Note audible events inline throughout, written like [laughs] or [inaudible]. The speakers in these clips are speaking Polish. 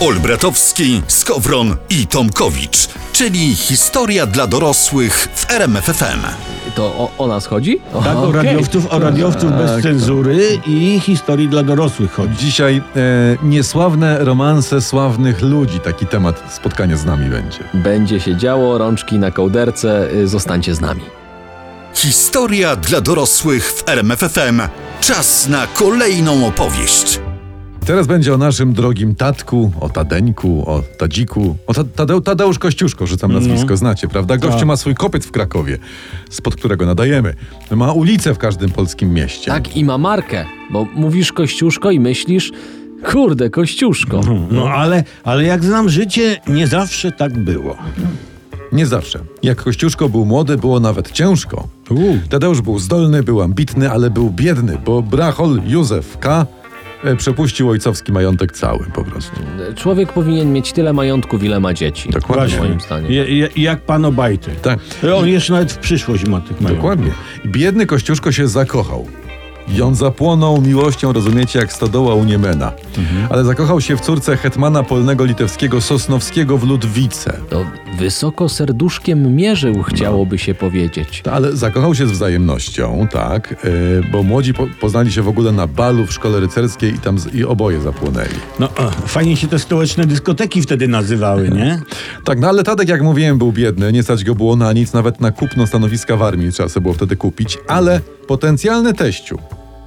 Olbratowski, Skowron i Tomkowicz, czyli historia dla dorosłych w RMFFM. To o, o nas chodzi? Tak, o okej. radiowców, o radiowców bez cenzury i historii dla dorosłych chodzi. Dzisiaj e, niesławne romanse sławnych ludzi. Taki temat spotkania z nami będzie. Będzie się działo, rączki na kołderce, y, zostańcie z nami. Historia dla dorosłych w RMFFM. Czas na kolejną opowieść. Teraz będzie o naszym drogim tatku, o Tadeńku, o Tadziku, o ta, Tadeu, Tadeusz Kościuszko, rzucam nazwisko, znacie, prawda? Gościu Tak. ma swój kopyt w Krakowie, spod którego nadajemy. Ma ulicę w każdym polskim mieście. Tak, i ma markę, bo mówisz Kościuszko i myślisz, kurde, Kościuszko. Mhm. No ale, ale jak znam życie, nie zawsze tak było. Nie zawsze. Jak Kościuszko był młody, było nawet ciężko. Tadeusz był zdolny, był ambitny, ale był biedny, bo brachol Józef K. e, przepuścił ojcowski majątek cały po prostu. Człowiek powinien mieć tyle majątków, ile ma dzieci. Dokładnie. W moim stanie. Je, je, jak pan Obajty. Tak. On jeszcze nawet w przyszłość ma tych majątków. Dokładnie. I Biedny Kościuszko się zakochał. I on zapłonął miłością, rozumiecie, jak stodoła u Niemena. Ale zakochał się w córce hetmana polnego litewskiego Sosnowskiego w Ludwice. To wysoko serduszkiem mierzył, chciałoby się powiedzieć. Ale zakochał się z wzajemnością, tak, yy, bo młodzi po poznali się w ogóle na balu w szkole rycerskiej i tam z i oboje zapłonęli. No, a, fajnie się te stołeczne dyskoteki wtedy nazywały, nie? Tak, no ale Tadek, jak mówiłem, był biedny, nie stać go było na nic, nawet na kupno stanowiska w armii trzeba sobie było wtedy kupić, ale potencjalny teściu,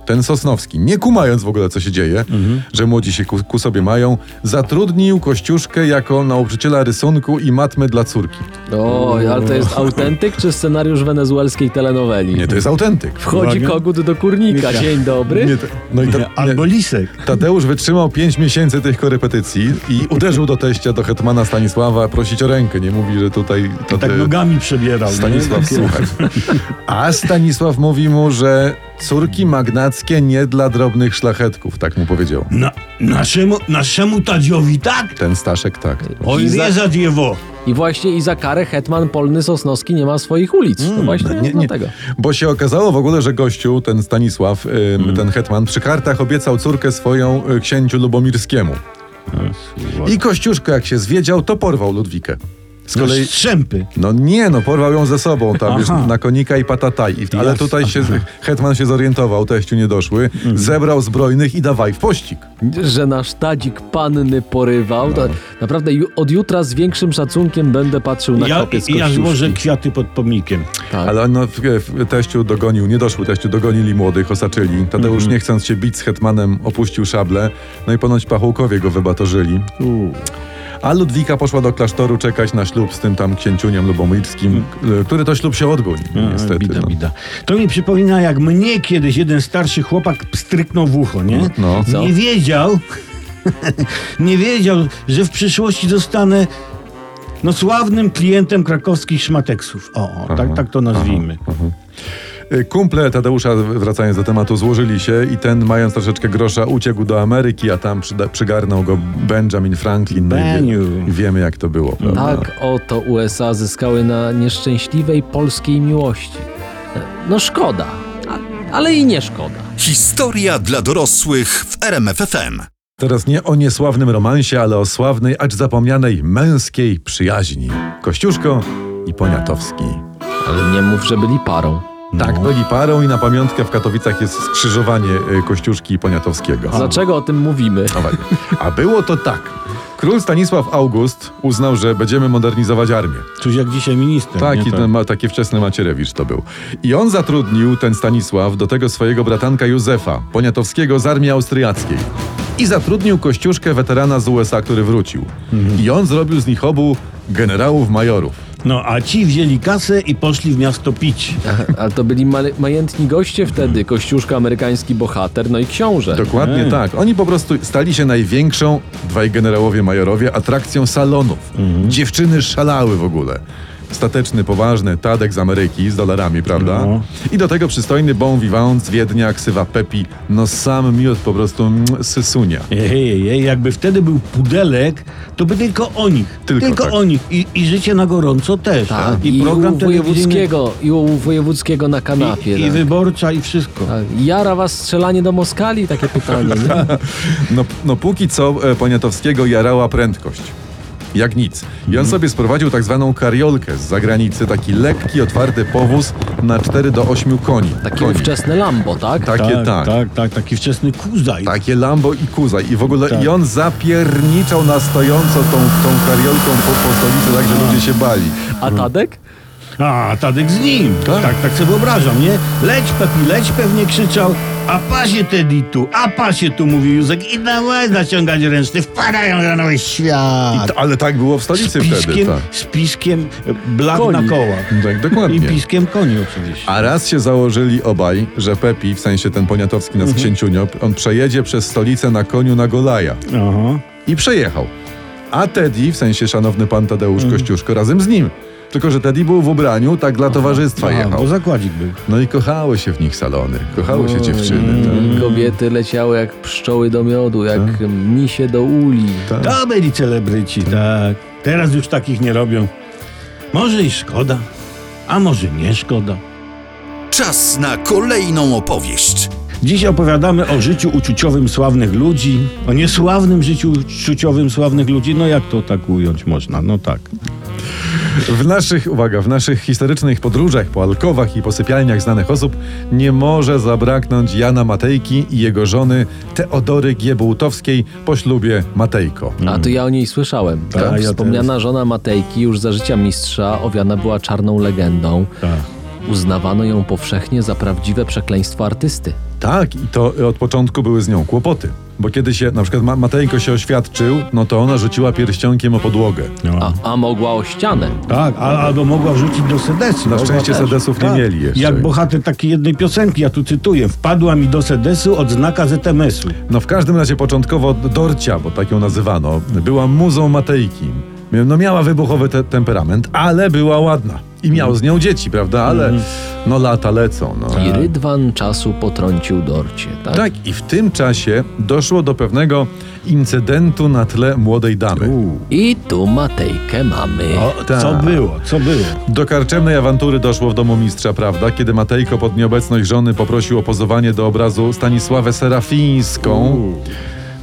ten Sosnowski, nie kumając w ogóle, co się dzieje, że młodzi się ku, ku sobie mają, zatrudnił Kościuszkę jako nauczyciela rysunku i matmy dla córki. Oj, ale to jest autentyk czy scenariusz wenezuelskiej telenoweli? Nie, to jest autentyk. Wchodzi kogut do kurnika, dzień dobry. Nie, to, no i ta, nie, Albo lisek. Tadeusz wytrzymał 5 miesięcy tych korepetycji i uderzył do teścia, do hetmana Stanisława prosić o rękę. Nie mówi, że tutaj... Tade... Tak nogami przebierał. nie? Stanisław, Takie- słuchaj. A Stanisław mówi mu, że córki magnackie nie dla drobnych szlachetków, tak mu powiedział. Na, naszemu, naszemu Tadziowi tak? Ten Staszek tak. Oj, I za- nie zadiewo. I właśnie i za karę Hetman Polny Sosnowski nie ma swoich ulic. to właśnie Mm, Nie, nie. no, dlatego. Bo się okazało w ogóle, że gościu, ten Stanisław, ym, ten hetman, przy kartach obiecał córkę swoją y, księciu Lubomirskiemu. I Kościuszko, jak się zwiedział, to porwał Ludwikę. Z kolei... Strzępy. No nie, no porwał ją ze sobą tam, wiesz, Aha. na konika i patataj. I, ale Jasne. tutaj się, hetman się zorientował, teściu niedoszły, zebrał zbrojnych i dawaj w pościg. Że nasz tadzik panny porywał. To naprawdę ju- od jutra z większym szacunkiem będę patrzył na Ja, kopiec ja Kościuszki. złożę kwiaty pod pomnikiem. Tak. Ale no, w, w, teściu dogonił, nie doszły teściu, dogonili młodych, osaczyli. Tadeusz Mhm. nie chcąc się bić z hetmanem opuścił szable, no i ponoć pachołkowie go wybatorzyli. A Ludwika poszła do klasztoru czekać na ślub z tym tam księciuniem lubomyrskim, Mhm. k- który to ślub się odbył ni- niestety. Bida, no. bida. To mi przypomina, jak mnie kiedyś jeden starszy chłopak stryknął w ucho, nie? No, co? Nie wiedział, [laughs] nie wiedział, że w przyszłości zostanę no, sławnym klientem krakowskich szmateksów. O, o tak, tak to nazwijmy. Y, Kumple Tadeusza, wracając do tematu, złożyli się i ten, mając troszeczkę grosza, uciekł do Ameryki, a tam przyda, przygarnął go Benjamin Franklin. No i wie- Beniu. i wiemy, jak to było. Prawda? Tak oto USA zyskały na nieszczęśliwej polskiej miłości. No szkoda, a, ale i nie szkoda. Historia dla dorosłych w RMFFM. Teraz nie o niesławnym romansie, ale o sławnej, acz zapomnianej męskiej przyjaźni. Kościuszko i Poniatowski. Ale nie mów, że byli parą. Tak, byli parą i na pamiątkę w Katowicach jest skrzyżowanie y, Kościuszki i Poniatowskiego. Dlaczego o tym [laughs] mówimy? Dawaj. A było to tak. Król Stanisław August uznał, że będziemy modernizować armię. Cóż, jak dzisiaj minister. Tak, nie? i ten, ma, taki wczesny Macierewicz to był. I on zatrudnił, ten Stanisław, do tego swojego bratanka Józefa, poniatowskiego z armii austriackiej. I zatrudnił kościuszkę weterana z USA, który wrócił. I on zrobił z nich obu generałów majorów. No, a ci wzięli kasę i poszli w miasto pić. Tak. Ale to byli ma- majętni goście wtedy, Kościuszka, amerykański bohater, no i książę. Dokładnie tak. Oni po prostu stali się największą, dwaj generałowie majorowie, atrakcją salonów. Dziewczyny szalały w ogóle. stateczny, poważny Tadek z Ameryki z dolarami, prawda? No. I do tego przystojny bon vivant z Wiednia, ksywa Pepi. No sam miód po prostu mm, sysunia. Ej, ej, ej, jakby wtedy był pudelek, to by tylko o nich. Tylko Tylko, tak. o nich. I, I życie na gorąco też. Tak, I, u wojewódzkiego, i u wojewódzkiego na kanapie. telewizyjny, I, I tak. wyborcza i wszystko. Tak. Jara was strzelanie do Moskali? Takie pytanie. [laughs] nie? No, no póki co e, Poniatowskiego jarała prędkość. Jak nic. I on sobie sprowadził tak zwaną kariolkę z zagranicy, taki lekki, otwarty powóz na 4 do 8 koni. Takie koni. ówczesne Lambo, tak? Takie tak. tak, tak, tak, taki wczesny kuzaj. Takie Lambo i Kuza. I w ogóle Tak. i on zapierniczał na stojąco tą, tą kariolką po, po stolicy, tak że ludzie się bali. A Tadek? A, Tadek z nim. Tak. Tak, tak, tak sobie wyobrażam, nie? Leć, Pepi, leć, pewnie krzyczał. A pasie Teddy tu, a pasie tu, mówi Józek. I dawaj zaciągać ręczny, wpadają na nowy I świat. to, ale tak było w Z stolicy wtedy. piskiem, Tak. z piskiem e, blat Koni. na kołach. tak, I dokładnie. piskiem koni oczywiście. A raz się założyli obaj, że Pepi, w sensie ten Poniatowski, nas Mhm. księciunio, on przejedzie przez stolicę na koniu na Golaja. Aha. I przejechał. A Teddy, w sensie szanowny pan Tadeusz Mhm. Kościuszko, razem z nim. Tylko, że Teddy był w ubraniu, tak dla towarzystwa A, jechał. bo zakładzik był. No i kochały się w nich salony, kochały się dziewczyny. Tak. Mm. Kobiety leciały jak pszczoły do miodu, jak Tak. misie do uli. Tak. To byli celebryci, tak. Teraz już takich nie robią. Może i szkoda, a może nie szkoda. Czas na kolejną opowieść. Dziś opowiadamy o życiu uczuciowym sławnych ludzi, o niesławnym życiu uczuciowym sławnych ludzi. No jak to tak ująć można? No tak. W naszych, uwaga, w naszych historycznych podróżach po alkowach i posypialniach znanych osób nie może zabraknąć Jana Matejki i jego żony Teodory Giebułtowskiej po ślubie Matejko. A to ja o niej słyszałem. Mm. Tak, ja Wspomniana żona Matejki już za życia mistrza owiana była czarną legendą. Tak. Uznawano ją powszechnie za prawdziwe przekleństwo artysty. Tak, i to od początku były z nią kłopoty. Bo kiedy się, na przykład Ma- Matejko się oświadczył, no to ona rzuciła pierścionkiem o podłogę. A, Mm. a mogła o ścianę. no. Tak, a, albo mogła wrzucić do sedesu. Na Mogła szczęście też. sedesów nie Tak. mieli jeszcze. Jak bohater takiej jednej piosenki, ja tu cytuję. Wpadła mi do sedesu odznaka ZMS-u. No w każdym razie początkowo Dorcia, bo tak ją nazywano, była muzą Matejki. No miała wybuchowy te temperament, ale była ładna. I miał z nią dzieci, prawda? Ale no lata lecą. No. Tak. I rydwan czasu potrącił Dorcie, tak? Tak, i w tym czasie doszło do pewnego incydentu na tle młodej damy. I tu Matejkę mamy. O, tak. Co było, co było? Do karczemnej awantury doszło w domu mistrza, prawda? Kiedy Matejko pod nieobecność żony poprosił o pozowanie do obrazu Stanisławę Serafińską,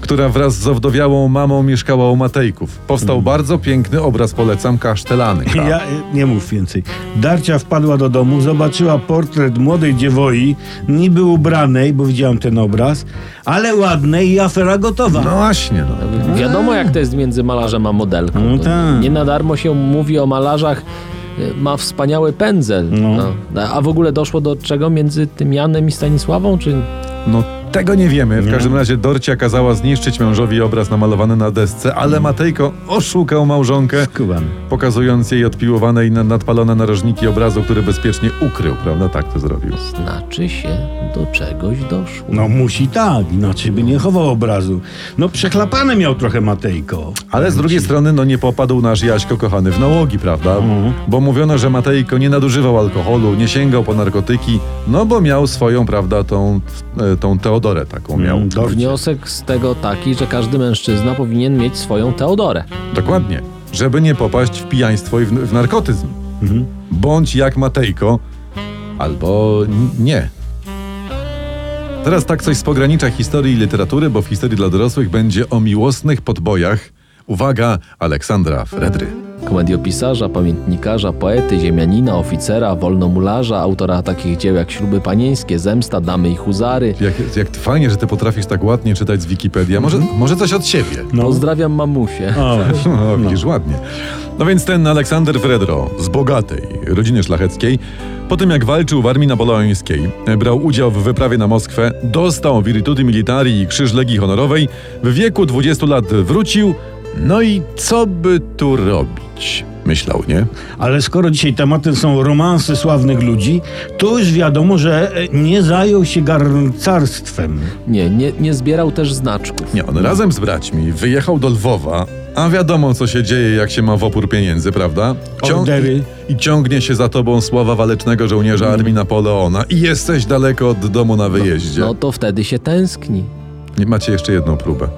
która wraz z owdowiałą mamą mieszkała u Matejków. Powstał bardzo piękny obraz, polecam, kasztelanka. Ja y, nie mów więcej. Darcia wpadła do domu, zobaczyła portret młodej dziewoi, niby ubranej, bo widziałem ten obraz, ale ładnej i afera gotowa. No właśnie, no. Wiadomo, jak to jest między malarzem a modelką. No To tak. Nie na darmo się mówi o malarzach, y, ma wspaniały pędzel. No. No. A w ogóle doszło do czego między tym Janem i Stanisławą? Czy No tego nie wiemy. W każdym razie Dorcia kazała zniszczyć mężowi obraz namalowany na desce, ale Matejko oszukał małżonkę, Skubany. pokazując jej odpiłowane i na- nadpalone narożniki obrazu, który bezpiecznie ukrył, prawda? Tak to zrobił. znaczy się do czegoś doszło? No musi tak, inaczej by nie chował obrazu. No przechlapane miał trochę Matejko. Ale z drugiej strony, no nie popadł nasz Jaśko kochany w nałogi, prawda? Bo mówiono, że Matejko nie nadużywał alkoholu, nie sięgał po narkotyki, no bo miał swoją, prawda, tą, e, tą Teodorę taką miał. Mm, Dorcie. Wniosek z tego taki, że każdy mężczyzna powinien mieć swoją Teodorę. Dokładnie. Żeby nie popaść w pijaństwo i w, w narkotyzm. Bądź jak Matejko, albo n- nie. Teraz tak coś z pogranicza historii i literatury, bo w historii dla dorosłych będzie o miłosnych podbojach. Uwaga, Aleksandra Fredry. Komediopisarza, pamiętnikarza, poety, ziemianina, oficera, wolnomularza, autora takich dzieł jak Śluby Panieńskie, Zemsta, Damy i Huzary. Jak, jak fajnie, że ty potrafisz tak ładnie czytać z Wikipedia. Może, może coś od siebie. No. Pozdrawiam mamusię. O, O, widzisz, ładnie. No więc ten Aleksander Fredro z bogatej rodziny szlacheckiej, po tym jak walczył w armii napoleońskiej, e, brał udział w wyprawie na Moskwę, dostał Virtuti Militari i Krzyż Legii Honorowej, w wieku 20 lat wrócił, no i co by tu robić? Myślał, nie? ale skoro dzisiaj tematem są romanse sławnych ludzi, to już wiadomo, że e, nie zajął się garncarstwem. [laughs] Nie, nie, nie zbierał też znaczków. Nie, on razem z braćmi wyjechał do Lwowa, A wiadomo, co się dzieje, jak się ma w opór pieniędzy, prawda? Ordery. I ciągnie się za tobą sława walecznego żołnierza Mm. armii Napoleona i jesteś daleko od domu na wyjeździe. No to wtedy się tęskni. Nie Macie jeszcze jedną próbę.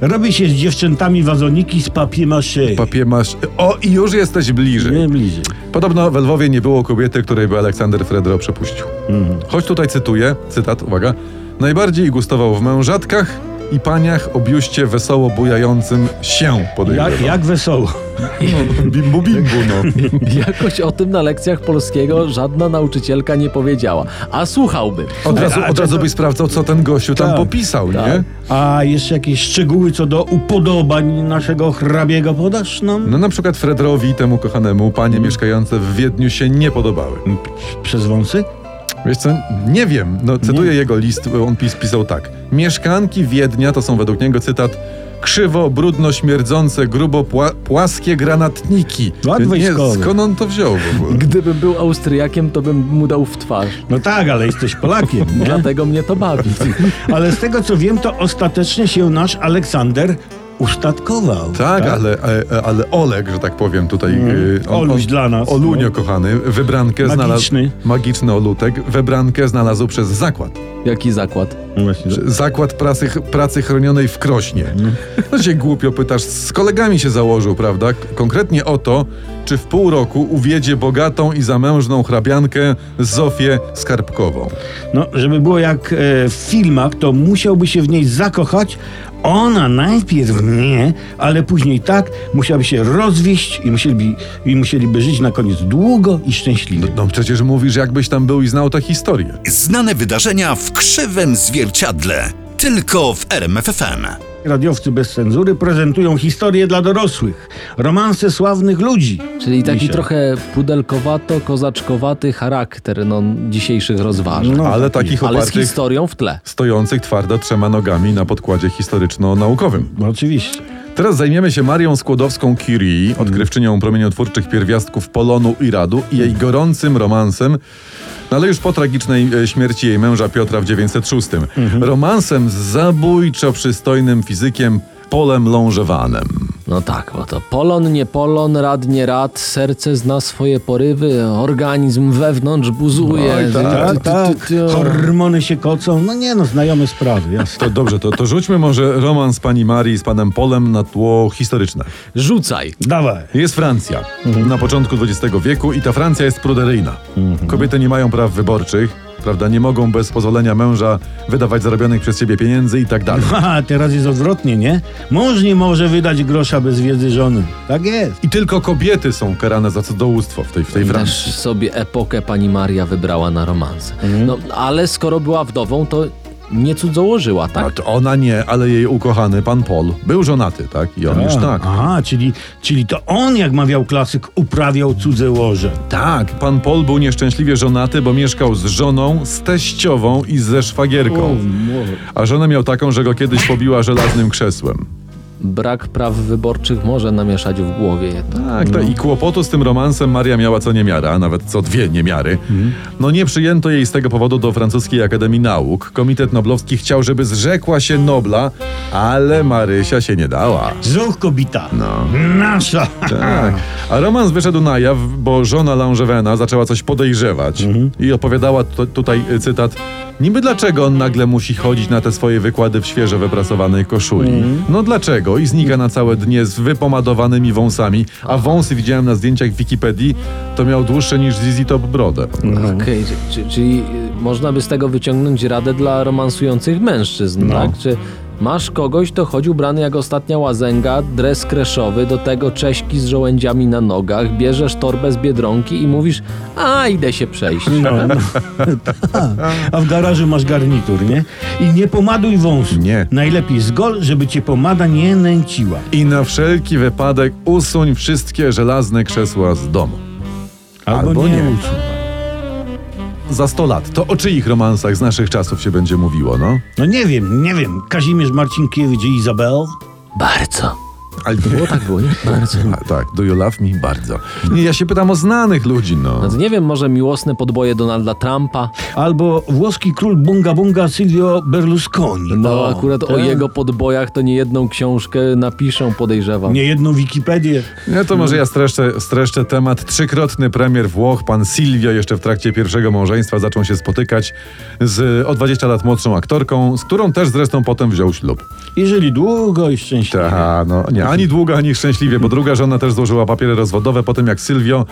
Robi się z dziewczętami wazoniki z papier-maszej. Papier masz... O, i już jesteś bliżej. Nie bliżej. Podobno we Lwowie nie było kobiety, której by Aleksander Fredro przepuścił. Mhm. Choć tutaj cytuję, cytat, uwaga. Najbardziej gustował w mężatkach i paniach o biuście wesoło bujającym się podejrzewa. Jak, jak wesoło. Bimbu bimbu, [laughs] no. Jakoś o tym na lekcjach polskiego żadna nauczycielka nie powiedziała. A słuchałbym. Od razu, a od to- razu byś sprawdzał, co ten gościu tam Tak, popisał, nie? A jeszcze jakieś szczegóły co do upodobań naszego hrabiego podasz nam? No na przykład Fredrowi, temu kochanemu, Mm. panie mieszkające w Wiedniu się nie podobały. Przez wąsy? Wiesz co, nie wiem, no cytuję jego list, bo on pis, pisał tak. Mieszkanki Wiednia to są według niego, cytat, krzywo, brudno, śmierdzące, grubo, pła, płaskie granatniki. Ład nie, wojskowy. skąd on to wziął w [laughs] ogóle? Gdybym był Austriakiem, to bym mu dał w twarz. No tak, ale jesteś Polakiem. nie? Dlatego mnie to bawi. Ale z tego co wiem, to ostatecznie się nasz Aleksander ustatkował. Tak, Ale, ale, ale Oleg, że tak powiem tutaj. y, Mm. Oluś dla nas, Olunio no. kochany, wybrankę Magiczny. znalazł. Magiczny Olutek, wybrankę znalazł przez zakład. Jaki zakład? No Właśnie, że- Zakład pracy, pracy chronionej w Krośnie. No się głupio pytasz, z kolegami się założył, prawda? K- Konkretnie o to, czy w pół roku uwiedzie bogatą i zamężną hrabiankę Zofię Skarbkową. No, żeby było jak e, w filmach, to musiałby się w niej zakochać. Ona najpierw nie, ale później tak, musiałaby się rozwieść i musieliby, i musieliby żyć na koniec długo i szczęśliwie. No przecież mówisz, jakbyś tam był i znał tę historię. Znane wydarzenia w krzywym zwierciadle. Tylko w RMFFM. Radiowcy bez cenzury prezentują historie dla dorosłych, romanse sławnych ludzi. Czyli taki Dzisiaj. trochę pudelkowato-kozaczkowaty charakter no, dzisiejszych rozważań. No, Ale takich Ale z opartych, historią w tle. stojących twardo trzema nogami na podkładzie historyczno-naukowym. No, oczywiście. Teraz zajmiemy się Marią Skłodowską-Curie, odkrywczynią promieniotwórczych pierwiastków polonu i radu i jej gorącym romansem, no ale już po tragicznej e, śmierci jej męża Piotra w 906. Romansem z zabójczo przystojnym fizykiem Polem Longevanem. No tak, bo to polon, nie polon, rad, nie rad, serce zna swoje porywy, organizm wewnątrz buzuje. Oj, tak, Ty, ty, Tak, ty, tak. ty, o. Hormony się kocą. No nie no, znajome sprawy, jasne. To dobrze, to, to rzućmy może romans pani Marii z panem Polem na tło historyczne. Rzucaj. Dawaj. Jest Francja. Na początku XX wieku i ta Francja jest pruderyjna. Kobiety nie mają praw wyborczych, prawda? Nie mogą bez pozwolenia męża wydawać zarobionych przez siebie pieniędzy i tak dalej. [laughs] A, teraz jest odwrotnie, nie? Mąż nie może wydać grosza bez wiedzy żony. Tak jest. I tylko kobiety są karane za cudzołóstwo w tej, w tej Francji. Też sobie epokę pani Maria wybrała na romans. No, ale skoro była wdową, to nie cudzołożyła, tak? No to ona nie, ale jej ukochany pan Paul był żonaty, tak? I on już tak. Aha, czyli, czyli to on, jak mawiał klasyk, uprawiał cudze łoże. Tak, pan Paul był nieszczęśliwie żonaty, bo mieszkał z żoną, z teściową i ze szwagierką. A żonę miał taką, że go kiedyś pobiła żelaznym krzesłem. Brak praw wyborczych może namieszać w głowie jednak. Tak, tak. I kłopotu z tym romansem Maria miała co niemiara, a nawet co dwie niemiary. No nie przyjęto jej z tego powodu do Francuskiej Akademii Nauk. Komitet Noblowski chciał, żeby zrzekła się Nobla, ale Marysia się nie dała. Zuch kobita. No. Nasza. [laughs] Tak. A romans wyszedł na jaw, bo żona Langevena zaczęła coś podejrzewać i opowiadała tu- tutaj y, cytat. Niby dlaczego on nagle musi chodzić na te swoje wykłady w świeżo wyprasowanej koszuli? No dlaczego? I znika na całe dnie z wypomadowanymi wąsami, a wąsy widziałem na zdjęciach w Wikipedii, to miał dłuższe niż ZZ Top brodę. Okej, czy- czy, czyli y, można by z tego wyciągnąć radę dla romansujących mężczyzn, tak? Czy masz kogoś, to chodzi ubrany jak ostatnia łazęga, dres kreszowy, do tego cześki z żołędziami na nogach, bierzesz torbę z Biedronki i mówisz, a idę się przejść. No, no. Tak. A w garażu masz garnitur, nie? I nie pomaduj wąsu. Nie. Najlepiej zgol, żeby cię pomada nie nęciła. I na wszelki wypadek usuń wszystkie żelazne krzesła z domu. Albo, Albo nie. nie. usuń. Za 100 lat. To o czyich romansach z naszych czasów się będzie mówiło, no? No nie wiem, nie wiem. Kazimierz Marcinkiewicz i Izabel? Bardzo. Ale Było [laughs] tak było, nie? Bardzo. A, tak, do you love me? Bardzo. Nie, ja się pytam o znanych ludzi, no. Więc nie wiem, może miłosne podboje Donalda Trumpa. Albo włoski król Bunga Bunga Silvio Berlusconi. No O, tak. akurat o ten. jego podbojach to nie jedną książkę napiszą, podejrzewam. Nie jedną Wikipedię. Ja No to może ja streszczę, streszczę temat. Trzykrotny premier Włoch, pan Silvio, jeszcze w trakcie pierwszego małżeństwa zaczął się spotykać z o 20 lat młodszą aktorką, z którą też zresztą potem wziął ślub. I żyli długo i szczęśliwie. Ta, no, nie, ani długo, ani szczęśliwie, bo druga żona też złożyła papiery rozwodowe po tym, jak Silvio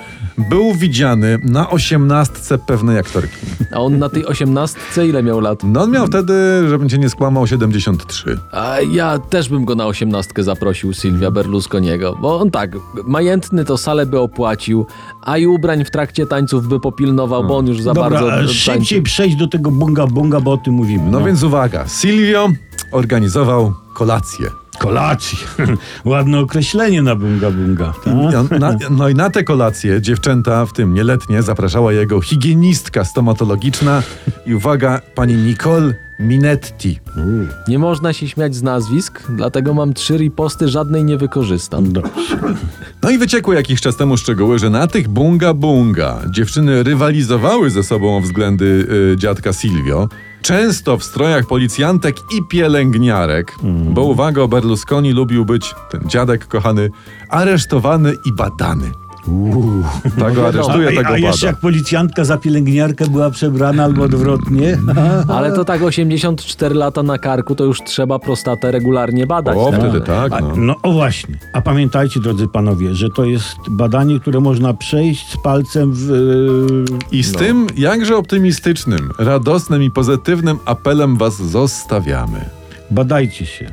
był widziany na osiemnastce pewnej aktorki. A on na tej osiemnastce ile miał lat? No on miał wtedy, żebym cię nie skłamał, 73. A ja też bym go na osiemnastkę zaprosił, Silvia Berlusconiego. Bo on tak, majętny to salę by opłacił, a i ubrań w trakcie tańców by popilnował, bo on już za Dobra, bardzo a tańczy. szybciej przejść do tego Bunga Bunga, bo o tym mówimy. No więc uwaga, Silvio organizował kolację. Kolacji. [laughs] Ładne określenie na Bunga Bunga. tak? No, na, no i na te kolacje dziewczęta, w tym nieletnie, zapraszała jego higienistka stomatologiczna i uwaga, pani Nicole Minetti. Nie można się śmiać z nazwisk, dlatego mam trzy riposty, żadnej nie wykorzystam. Dobrze. No i wyciekły jakiś czas temu szczegóły, że na tych bunga bunga dziewczyny rywalizowały ze sobą o względy y, dziadka Silvio. Często w strojach policjantek i pielęgniarek, Mhm. bo uwaga, Berlusconi lubił być, ten dziadek kochany, aresztowany i badany. Tak go aresztuje, No A, tak a, go a jeszcze bada. jak policjantka za pielęgniarkę była przebrana albo odwrotnie. Mm, [laughs] Ale to tak 84 lata na karku, to już trzeba prostatę regularnie badać. O, tak? wtedy tak, A, no. no o właśnie. A pamiętajcie, drodzy panowie, że to jest badanie, które można przejść z palcem w... e, I no. z tym jakże optymistycznym, radosnym i pozytywnym apelem was zostawiamy. Badajcie się.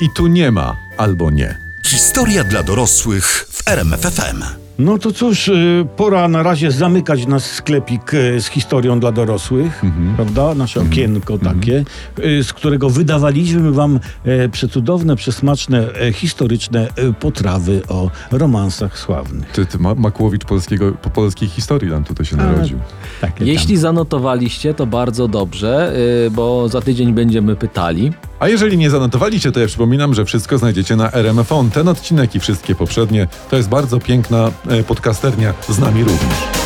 I tu nie ma albo nie. Historia dla dorosłych w RMFFM. No to cóż, y, pora na razie zamykać nasz sklepik y, z historią dla dorosłych, prawda? Nasze okienko takie, y, z którego wydawaliśmy wam e, przecudowne, przesmaczne, e, historyczne e, potrawy o romansach sławnych. Ty, ty Ma- Makłowicz polskiego, po polskiej historii nam tutaj się narodził. Takie Jeśli zanotowaliście, to bardzo dobrze, yy, bo za tydzień będziemy pytali. A jeżeli nie zanotowaliście, to ja przypominam, że wszystko znajdziecie na RMF On. Ten odcinek i wszystkie poprzednie to jest bardzo piękna e, podcasternia z nami również.